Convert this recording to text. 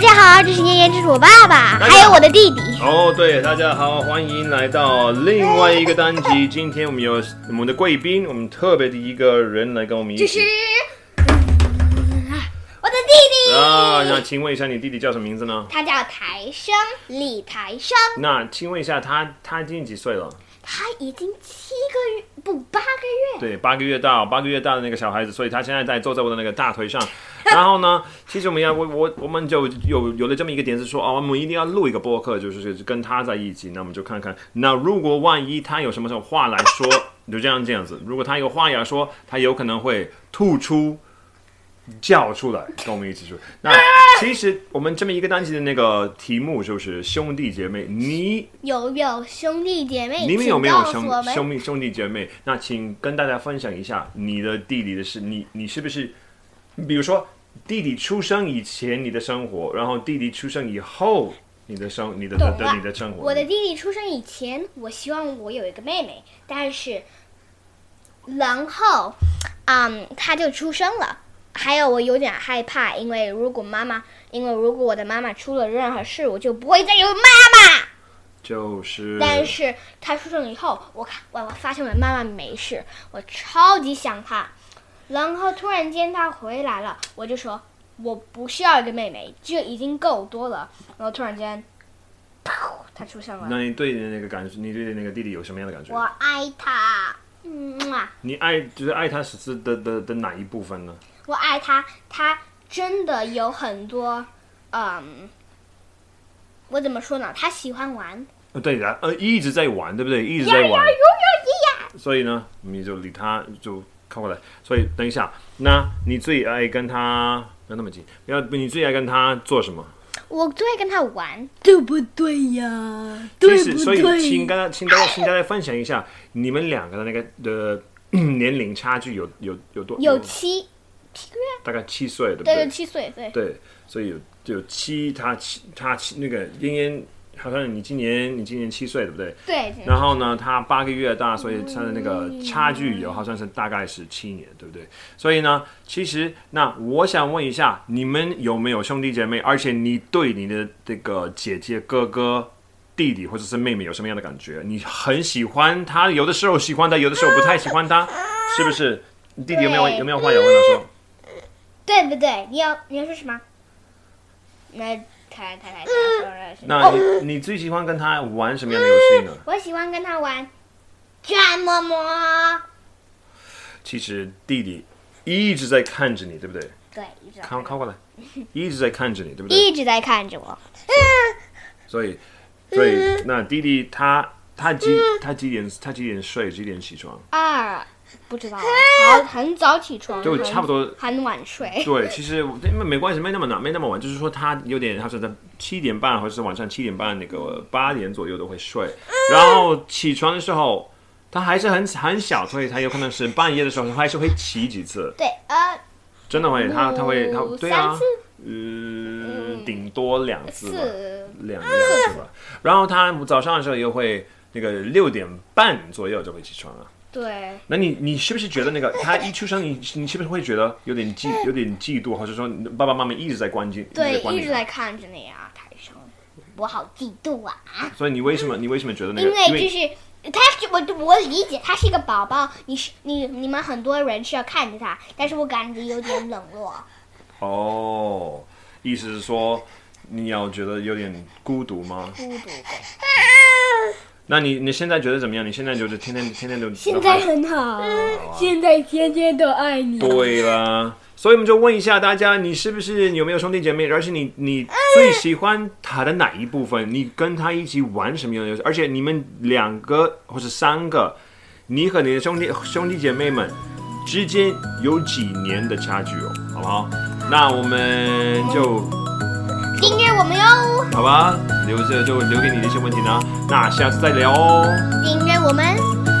家好，这是炎炎，这是我爸爸，大家好还有我的弟弟。哦，对，大家好，欢迎来到另外一个单集。今天我们有我们的贵宾，我们特别的一个人来跟我们一起。这是啊我的弟弟，啊，那请问一下，你弟弟叫什么名字呢？他叫台生李台生，那请问一下他，他今年几岁了？他已经七个月不八个月，对，八个月大，八个月大的那个小孩子，所以他现在在坐在我的那个大腿上。 然后呢，其实我们要我我我们就有有了这么一个点子说，哦，我们一定要录一个播客，就是跟他在一起。那我们就看看，那如果万一他有什么什么话来说，你就这样这样子。如果他有话要说，他有可能会吐出。叫出来，跟我们一起说。那其实我们这么一个单集的那个题目就是兄弟姐妹，你有没有兄弟姐妹？你们有没有哎请告诉我兄们兄弟兄弟姐妹？那请跟大家分享一下你的弟弟的事，你你是不是，比如说弟弟出生以前你的生活，然后弟弟出生以后你的生你的的懂的了你的生活，我的弟弟出生以前，我希望我有一个妹妹，但是，然后，嗯，他就出生了。还有，我有点害怕，因为如果妈妈，因为如果我的妈妈出了任何事，我就不会再有妈妈。就是但是他出生以后，我看我我发现我的妈妈没事，我超级想她。然后突然间她回来了，我就说我不需要一个妹妹，这已经够多了。然后突然间，啪，她出生了。那你对你的那个感觉，你对那个弟弟有什么样的感觉我？爱他，嗯啊，你爱就是爱他是是的的的哪一部分呢？我爱他，他真的有很多，嗯，我怎么说呢？他喜欢玩，呃对的，呃，一直在玩，对不对？一直在玩。所以呢，你就理他就靠过来。所以等一下，那你最爱跟他不要那么近，不要你最爱跟他做什么？我就会跟他嗯玩。对不对呀？就对是不所以请对？大家请大家请大家分享一下你们两个的那个的、呃、 年龄差距有有有多有七七个月，大概七岁，对不对，对有？七岁，对，对，所以有有七，他七他七那个嫣嫣，好像你今年你今年七岁，对不对？对，然后呢，他八个月大，所以他的那个差距有好像是大概是七年，对不对？所以呢，其实那我想问一下，你们有没有兄弟姐妹？而且你对你的这个姐姐、哥哥、弟弟或者是妹妹有什么样的感觉？你很喜欢他，有的时候喜欢他，有的时候不太喜欢他，是不是？你弟弟有没有对有没有话要跟他说？对不对？你要你要说什么？那他他他他说了是，嗯那你你最喜欢跟他玩什么样的游戏呢？哦我喜欢跟他玩转么么，其实弟弟一直在看着你，对不对？对，一直靠靠过来，一直在看着你，对不对？一直在看着我。所以，所以嗯那弟弟他他几他几点他几点睡几点起嗯床？二不知道，啊好很早起床，哎就差不多。很晚睡。对，其实我没没关系，没那么难，没那么晚。就是说他有点，他说在七点半或者是晚上七点半那个八点左右都会睡，嗯然后起床的时候他还是很很小，所以他有可能是半夜的时候他还是会起几次，对，呃，真的会，他他会他五对啊三次，呃，顶多两次吧。四两个样子吧。然后他早上的时候又会那个六点半左右就会起床了。对，那你你是不是觉得那个他一出生你你是不是会觉得有点嫉有点嫉妒，或者说你爸爸妈妈一直在关心，一直嗯对在，关一心直他，在看着那啊，台上，我好嫉妒啊！所以你为什么你为什么觉得那个因为就为是他是我我理解他是一个宝宝，你是你你们很多人是要看着他，但是我感觉有点冷落。 哦，意思是说你要觉得有点孤独吗？孤独感。那你你现在觉得怎么样？你现在就是天天天天都现在很好，啊现在天天都爱 你。对啦，所以我们就问一下大家，你是不是有没有兄弟姐妹？而且你你最喜欢他的哪一部分？你跟他一起玩什么样的游戏？而且你们两个或是三个，你和你的兄弟兄弟姐妹们之间有几年的差距哦，好不好？那我们就订阅我们哟，好吧，留着就留给你的一些问题呢，那下次再聊哦。订阅我们。